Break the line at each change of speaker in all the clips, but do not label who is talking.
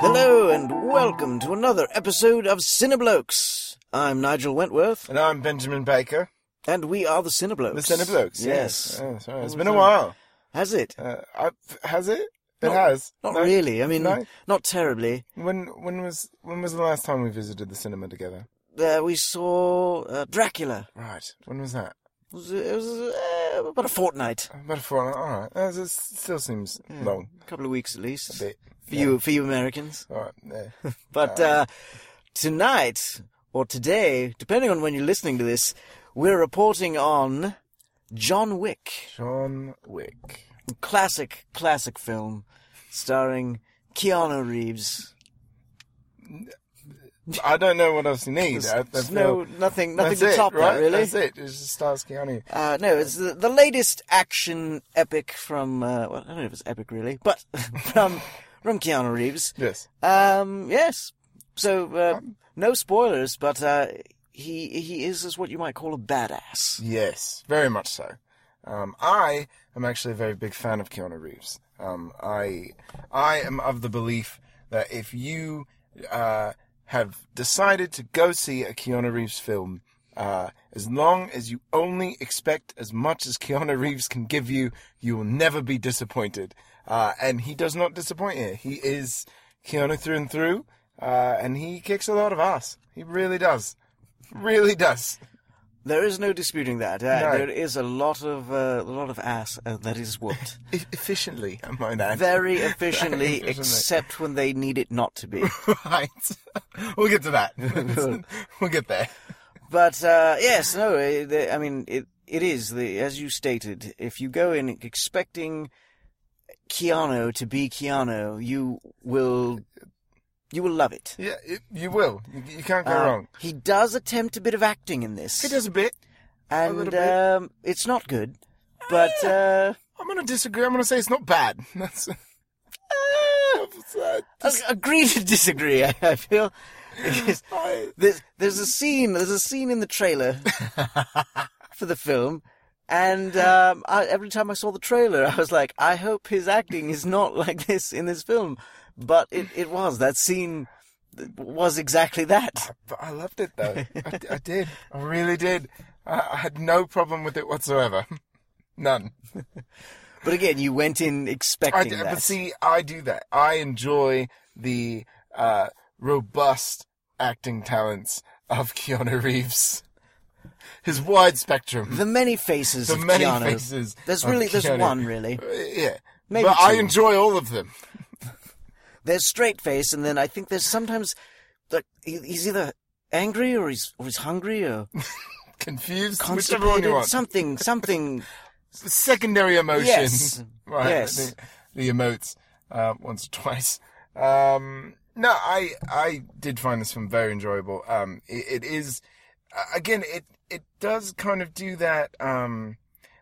Hello and welcome to another episode of Cineblokes. I'm Nigel Wentworth,
And I'm Benjamin Baker,
and we are the
the
Cineblokes.
Cineblokes.
Yes.
yes. Uh, yes. It's
What
been
was
a
that?
while.
Has it?
Uh, I, has it? It
Not-
has.
Not
No?
really. I mean,
No?
not terribly.
When when was when was the last time we visited the cinema together?
Uh, we saw uh, Dracula.
Right. When was that?
It was, it was uh, about a fortnight,
About a fortnight. All right. That was- it still seems long.
a couple of weeks at least.
A bit.
For you, for you Americans.
All right. Yeah.
But uh, tonight or today, depending on when you're listening to this, we're reporting on John Wick,
John Wick.
classic, classic film, starring Keanu Reeves.
I don't know what else you need. I, I
There's
feel-
no nothing, nothing
that's
to
it,
top
right?
that, really.
That's it. It just starts Keanu.
Uh, no, it's the, the latest action epic from. Uh, well, I don't know if it's epic really, but from from Keanu Reeves.
Yes.
Um, yes. So uh, no spoilers, but uh, he he is is what you might call a badass.
Yes, very much so. Um, I am actually a very big fan of Keanu Reeves. Um, I I am of the belief that if you uh, have decided to go see a Keanu Reeves film, uh, as long as you only expect as much as Keanu Reeves can give you, you will never be disappointed. Uh, and he does not disappoint you. He is Keanu through and through, uh, and he kicks a lot of ass. He really does. Really does.
There is no disputing that. Uh,
No.
There is a lot of uh, a lot of ass uh, that is whooped
E- efficiently, I might add.
very efficiently,
Efficiently.
except when they need it not to be.
right. We'll get to that. we'll get there.
But uh, yes, no, eh, the- I mean it. It is the as you stated. If you go in expecting Keanu to be Keanu, you will you will love it.
Yeah, it, you will. You, you can't go
Uh,
wrong.
He does attempt a bit of acting in this,
He does a bit. little
and
bit. Ah,
um, it's not good. But uh,
I'm going to disagree. I'm going to say it's not bad. That's.
ag- agree to disagree. I, I feel Because
I-
there's, there's a scene. There's a scene in the trailer for the film, and um, I, every time I saw the trailer, I was like, I hope his acting is not like this in this film. But it, it was that scene th- was exactly that.
but I loved it though. I, I did. I really did. I, I had no problem with it whatsoever. None.
But again, you went in
I,
expecting
d-
that.
but see, I do that. I enjoy the uh, robust acting talents of Keanu Reeves. His wide spectrum.
the many faces
the
of
many
Keanu.
faces.
There's
of
really there's
Keanu.
one really.
Uh, Yeah,
Maybe
but I
two.
enjoy all of them.
There's straight face, and then I think there's sometimes like he- he's either angry or he's or he's hungry or
Confused, whichever one you
constipated.
want.
Something something
Secondary emotions.
Yes.
right.
Yes.
The, the emotes uh, once or twice. Um, no, I I did find this film very enjoyable. Um, it, it is uh, again, it it does kind of do that. Um,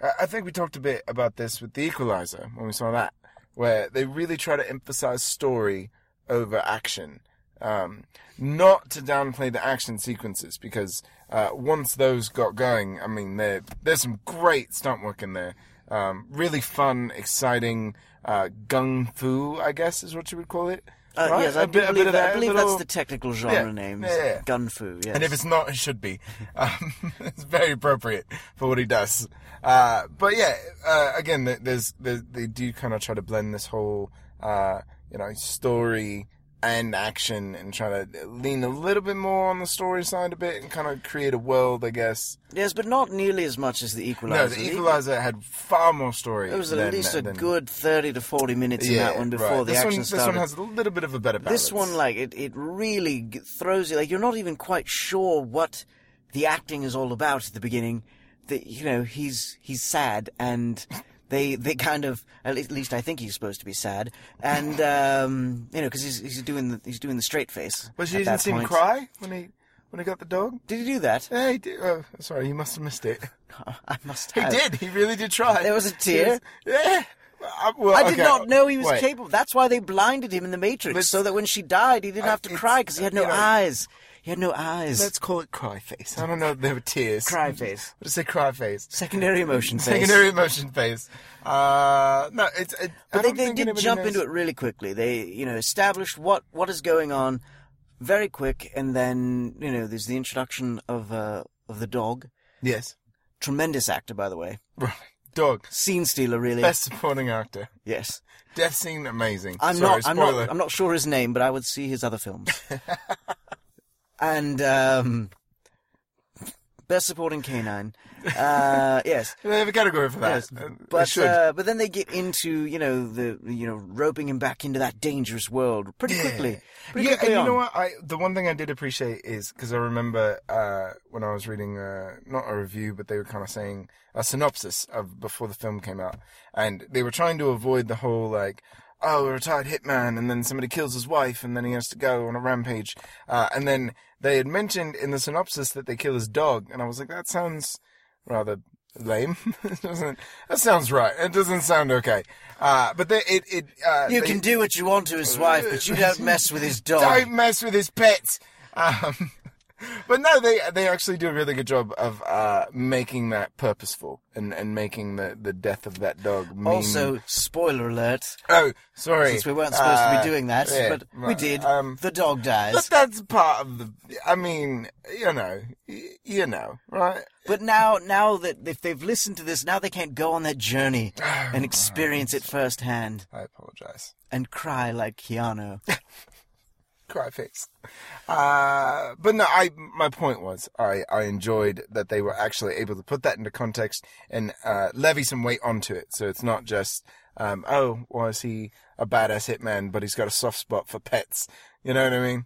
I- I think we talked a bit about this with The Equalizer when we saw that, where they really try to emphasize story over action. Um, not to downplay the action sequences because uh, once those got going, I mean, there there's some great stunt work in there. Um, really fun, exciting uh, gung fu, I guess is what you would call it.
Uh,
right?
Yes,
A
I do
bit- a bit
believe,
of
that, I
that, a
believe
little-
that's the technical genre
Yeah,
name.
yeah, yeah.
Gunfu, yes.
And if it's not, it should be. Um, it's very appropriate for what he does. Uh, but yeah, uh, again, th- there's, there's they do kind of try to blend this whole uh, you know story and action and try to lean a little bit more on the story side a bit and kind of create a world, I guess.
yes, but not nearly as much as The Equalizer.
No, the Equalizer had far more story.
There was
than-
at least a
than-
good 30 to 40 minutes in that one before
right.
the
this
action
one,
started.
This one has a little bit of a better balance.
This one, like, it, it really g- throws you, like, you're not even quite sure what the acting is all about at the beginning. That, you know, he's, he's sad and they, they kind of, at least, at least I think he's supposed to be sad. And, um, you know, cause he's, he's doing the, he's doing the straight face.
but she
at
didn't
that
seem
point.
cry when he when he got the dog.
Did he do that?
Hey, d- oh, sorry, you must have missed it.
I must
He
have.
did. He really did try.
There was a tear?
Yeah. I, well,
I did
okay,
not know he was
wait.
capable. That's why they blinded him in the Matrix,
Let's-
so that when she died, he didn't have to
it's-
cry because he had no
you know,
eyes. He had no eyes.
Let's call it cry face. I don't know if there were tears.
Cry face.
What does it say? Cry face.
Secondary emotion face.
Secondary emotion face. Uh, no, it's. It, I
But they,
don't
they
think
did
anybody
jump
knows.
into it really quickly. They, you know, established what, what is going on very quick. And then, you know, there's the introduction of, uh, of the dog.
Yes.
Tremendous actor, by the way.
Right. Dog.
Scene stealer, really.
Best supporting actor.
Yes.
Death scene, amazing.
I'm
Sorry,
not. I'm
spoiler.
not. I'm not sure his name, but I would see his other films. and um, best supporting canine. Uh, yes,
They have a category for that.
yes.
Uh, they
But
should.
uh, but then they get into you know the you know roping him back into that dangerous world pretty quickly. Pretty
yeah, and
quickly
you
on.
know what? I the one thing I did appreciate is because I remember uh, when I was reading uh, not a review, but they were kind of saying a synopsis of before the film came out, and they were trying to avoid the whole like. Oh, a retired hitman, and then somebody kills his wife, and then he has to go on a rampage. Uh, and then they had mentioned in the synopsis that they kill his dog, and I was like, that sounds rather lame. It doesn't, that sounds right. It doesn't sound okay. Uh, but they, it, it, uh,
You
they-
can do what you want to his wife, but you don't mess with his dog.
Uh, don't mess with his pets. Um, but no, they they actually do a really good job of uh, making that purposeful and, and making the, the death of that dog mean.
also, spoiler alert,
oh, sorry,
since we weren't supposed to
Uh,
be doing that,
yeah,
but we
right,
did.
Um,
the dog
but
dies.
that's part of the. I mean, you know, y- you know, right?
But now, now that if they've listened to this, now they can't go on that journey
Oh,
and experience it firsthand
I apologize.
and cry like Keanu.
Cry face. Uh, but no, I my point was I, I enjoyed that they were actually able to put that into context and uh, levy some weight onto it. So it's not just um, oh, well, is he a badass hitman, but he's got a soft spot for pets. You know what I mean?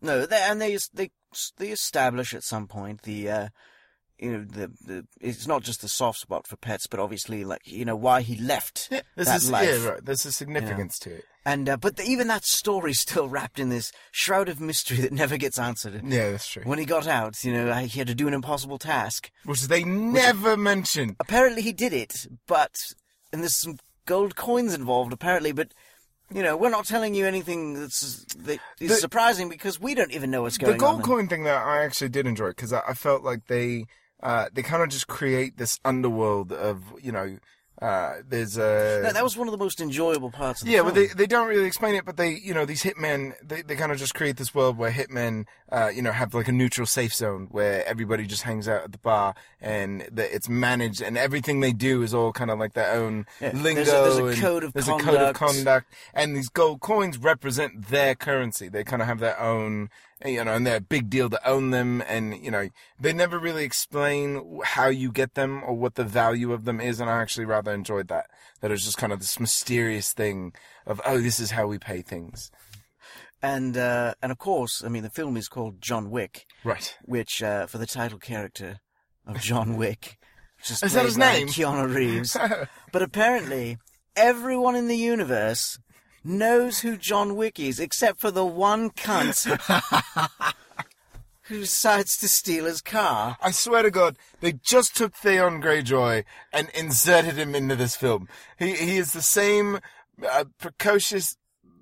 No, they, and they they they establish at some point the. Uh, you know the, the it's not just the soft spot for pets, but obviously like you know why he left
This
that
is
life,
yeah, right. There's a significance to it.
and uh, but the, even that story's still wrapped in this shroud of mystery that never gets answered.
Yeah, that's true.
When he got out, you know I- he had to do an impossible task,
Which they never mention.
apparently he did it, but and there's some gold coins involved apparently, but you know we're not telling you anything that's that is
The-
surprising because we don't even know what's going
The gold
on.
coin thing though, I actually did enjoy because I, I felt like they uh, they kind of just create this underworld of you know. Uh, there's a
No, that was one of the most enjoyable parts of the
Yeah,
film.
well, they they don't really explain it, but they you know these hitmen they, they kind of just create this world where hitmen uh, you know have like a neutral safe zone where everybody just hangs out at the bar and that it's managed and everything they do is all kind of like their own lingo.
Uh, there's a- there's a
and
code of
there's a code of
conduct.
conduct, and these gold coins represent their currency. They kind of have their own you know, and they're a big deal to own them. And, you know, they never really explain how you get them or what the value of them is. And I actually rather enjoyed that. That it was just kind of this mysterious thing of, oh, this is how we pay things.
and uh, and of course, I mean the film is called John Wick,
Right.
which uh, for the title character of John Wick, which is,
Is that
played
his
by
name?
Keanu Reeves. but apparently, everyone in the universe knows who John Wick is, except for the one cunt who decides to steal his car.
I swear to God, they just took Theon Greyjoy and inserted him into this film. He, he is the same uh, precocious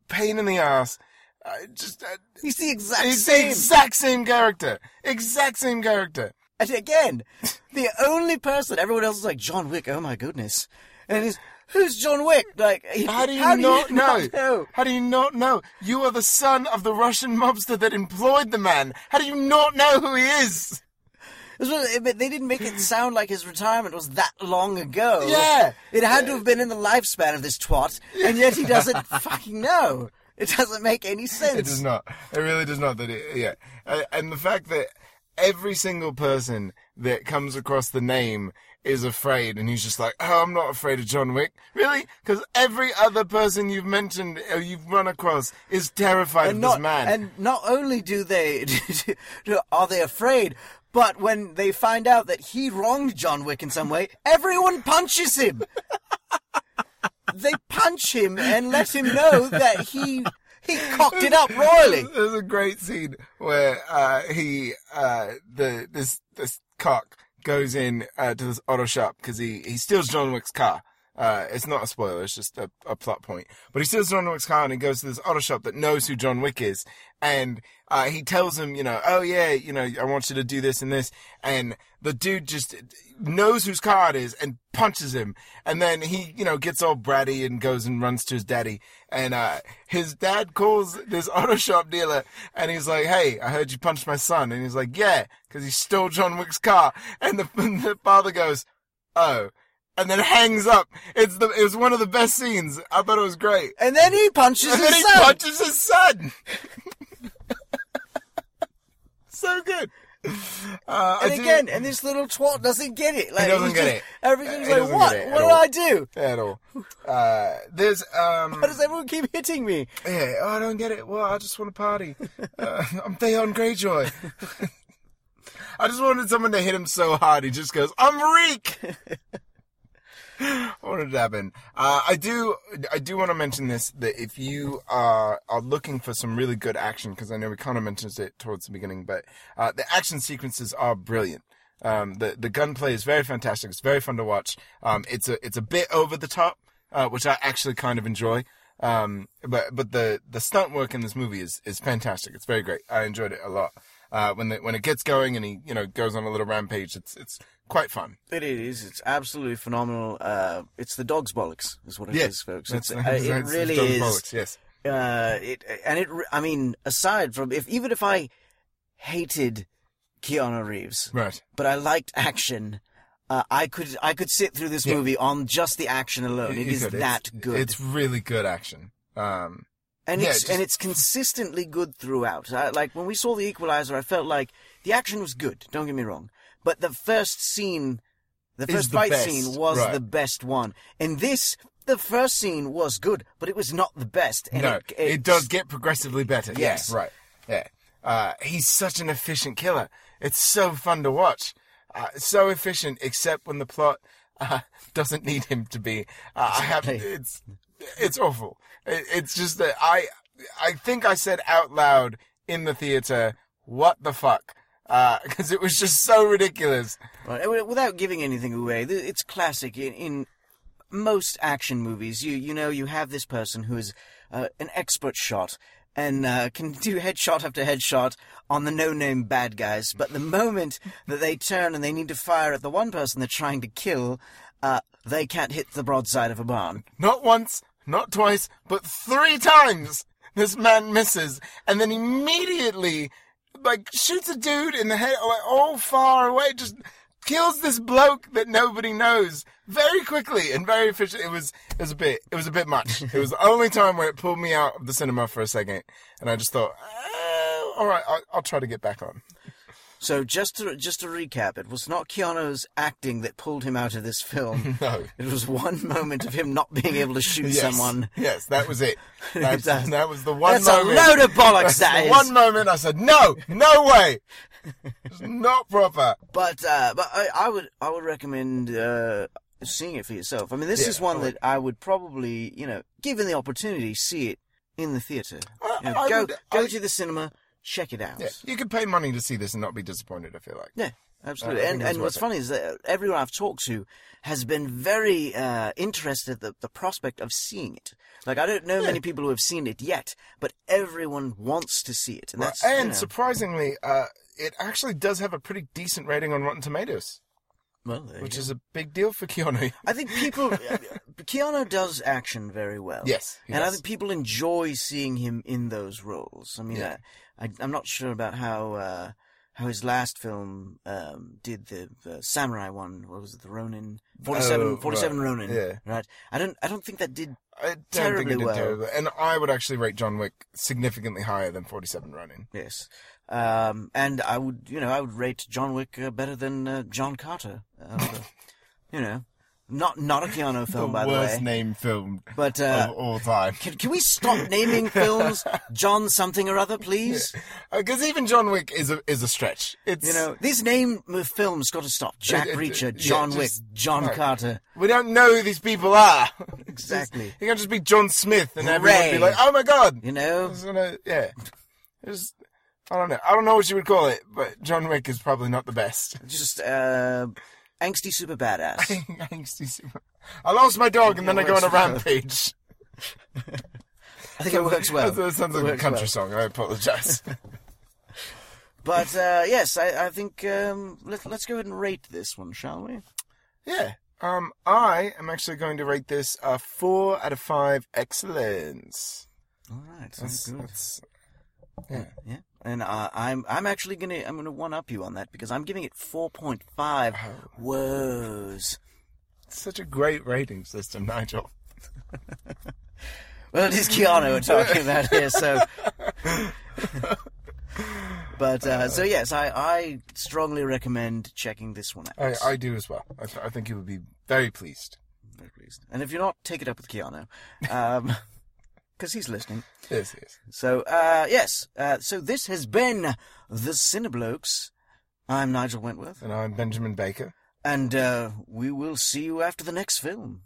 pain in the ass. Uh, just, uh,
He's the exact
he's the
same.
exact same character. Exact same character.
and again, the only person everyone else is like John Wick. Oh my goodness! And he's who's John Wick? Like
How do you not know? How do you not know? You are the son of the Russian mobster that employed the man. How do you not know who he is?
This was- But they didn't make it sound like his retirement was that long ago.
Yeah.
It had to have been in the lifespan of this twat, and yet he doesn't fucking know. It doesn't make any sense.
It does not. It really does not. That it, yeah, Uh, and the fact that every single person that comes across the name is afraid, and he's just like, "Oh, I'm not afraid of John Wick, really," because every other person you've mentioned, or you've run across, is terrified
and
of
not,
this man.
And not only do they are they afraid, but when they find out that he wronged John Wick in some way, everyone punches him. they punch him and let him know that he he cocked it up royally.
There's a great scene where uh, he uh, the this this cock goes in uh, to this auto shop because he he steals John Wick's car. Uh, it's not a spoiler, it's just a, a plot point. But he steals John Wick's car and he goes to this auto shop that knows who John Wick is. And uh, he tells him, you know, oh yeah, you know, I want you to do this and this. And the dude just knows whose car it is and punches him. And then he, you know, gets all bratty and goes and runs to his daddy. And uh, his dad calls this auto shop dealer and he's like, hey, I heard you punched my son. And he's like, yeah, because he stole John Wick's car. And the, and the father goes, oh. And then hangs up. It's the it was one of the best scenes. I thought it was great.
And then he punches
And then he
his son.
punches his son. so good. Uh, I
and
do-
again, and this little twat doesn't get it. Like,
doesn't
he's
get
just-
it.
Everything's
He
like,
doesn't
what?
get it
What
at
did I
all.
do?
at all. Uh, there's um,
Why does everyone keep hitting me?
yeah, oh, I don't get it. Well, I just want to party. Uh, I'm Theon Greyjoy. I just wanted someone to hit him so hard he just goes, "I'm reek." what did happen? Uh, I do, I do want to mention this that if you are, are looking for some really good action, because I know we kind of mentioned it towards the beginning, but uh, the action sequences are brilliant. Um, the the gunplay is very fantastic. It's very fun to watch. Um, it's a it's a bit over the top, uh, which I actually kind of enjoy. Um, but but the the stunt work in this movie is is fantastic. It's very great. I enjoyed it a lot. Uh, when the, when it gets going and he you know goes on a little rampage, it's it's quite fun.
It is. It's absolutely phenomenal. Uh, it's the dog's bollocks, is what it is,
Yeah,
folks.
That's-
It's, uh, it
that's
really
John
is.
Pollock's, yes.
Uh, it and it. re- I mean, aside from if even if I hated Keanu Reeves,
Right.
but I liked action. Uh, I could I could sit through this
Yeah.
movie on just the action alone. it
You
is
could. It's-
that good,
It's really good action. Um,
and
yeah,
it's
just-
and it's consistently good throughout. I, like when we saw The Equalizer, I felt like the action was good. Don't get me wrong, but the first scene, the
Is
first
the
fight
best,
scene was
right.
the best one, and this the first scene was good, but it was not the best. And
no,
it,
it, does get progressively better.
Yes.
Yeah, right. Yeah. Uh, he's such an efficient killer. It's so fun to watch. Uh, so efficient, except when the plot uh, doesn't need him to be. Uh, I have.
Exactly.
It's it's awful. It, it's just that I I think I said out loud in the theater, "What the fuck." Because it was just so ridiculous.
Right, uh, without giving anything away, th- it's classic in, in most action movies. You you know you have this person who is uh, an expert shot and uh, can do headshot after headshot on the no-name bad guys. But the moment that they turn and they need to fire at the one person they're trying to kill, uh, they can't hit the broadside of a barn.
Not once, not twice, but three times this man misses, and then immediately, like, shoots a dude in the head, like, all far away, just kills this bloke that nobody knows very quickly and very efficient. It was, it was a bit, it was a bit much. it was the only time where it pulled me out of the cinema for a second, and I just thought, oh, all right, I'll, I'll try to get back on.
So just to just to recap, it was not Keanu's acting that pulled him out of this film.
No.
It was one moment of him not being able to shoot
Yes,
someone.
Yes, that was it. That,
That's-
that was the one
that's a
moment.
load of bollocks,
That's
that
the
is.
one moment I said, no, no way. It's not proper.
But uh, but I, I would I would recommend uh, seeing it for yourself. I mean, this
Yeah,
is one
I
that I would probably you know, given the opportunity, see it in the theater.
I-
You know,
I
go
would-
go
I-
to the cinema, check it out.
Yeah, you could pay money to see this and not be disappointed, I feel like.
Yeah, absolutely.
I think
and
that's
and what's
worth it.
funny is that everyone I've talked to has been very uh, interested at the, the prospect of seeing it. Like I don't know many people who have seen it yet, but everyone wants to see it, and that's you
and
know,
surprisingly, uh, it actually does have a pretty decent rating on Rotten Tomatoes,
well, there you
which
go.
is a big deal for Keanu.
I think people. uh, Keanu does action very well.
Yes, he
and I
does.
think people enjoy seeing him in those roles. I mean,
Yeah.
I, I, I'm not sure about how uh, how his last film um, did the, the samurai one. What was it? The Ronin. 47,
Oh,
47
right.
Ronin.
Yeah.
Right. I don't. I don't think that did.
I don't think
Terribly
it did
well.
terribly. And I would actually rate John Wick significantly higher than 47 Running.
Yes. Um, and I would, you know, I would rate John Wick uh, better than uh, John Carter. Uh, but, you know, not not a Keanu film,
the
by the
worst Oh,
way.
name filmed
But uh,
of all time.
Can, can we stop naming films John something or other, please?
Because Uh, even John Wick is a is a stretch. It's
You know, these name of films got to stop. Jack
It- it-
Reacher,
yeah,
John
just-
Wick, John
no.
Carter.
we don't know who these people are.
Exactly.
You can't just be John Smith and everyone would be
Hooray.
like, oh my god.
You know,
It's gonna- yeah. It's- I don't know. I don't know what you would call it, but John Wick is probably not the best.
just uh, angsty super badass.
Angsty super. I lost my dog and then I go on a rampage.
I think it works well.
that sounds
It
like a
works
country
well.
song. I apologize.
But uh, yes, I, I think um, let, let's go ahead and rate this one, shall we?
yeah. Um, I am actually going to rate this a four out of five excellence.
All right, sounds
That's,
good.
that's yeah.
Yeah, and uh, I'm I'm actually gonna I'm gonna one up you on that because I'm giving it four point five.
Oh.
Woes.
Such a great rating system, Nigel.
Well, it is Keanu we're talking about here, so. but uh, so yes, I, I strongly recommend checking this one out.
I, I do as well. I, th- I think you would be very pleased.
Very pleased. And if you're not, take it up with Keanu, because he's listening.
Yes, yes.
So uh, yes, uh, so this has been the Cineblokes. I'm Nigel Wentworth,
And I'm Benjamin Baker.
and uh, we will see you after the next film.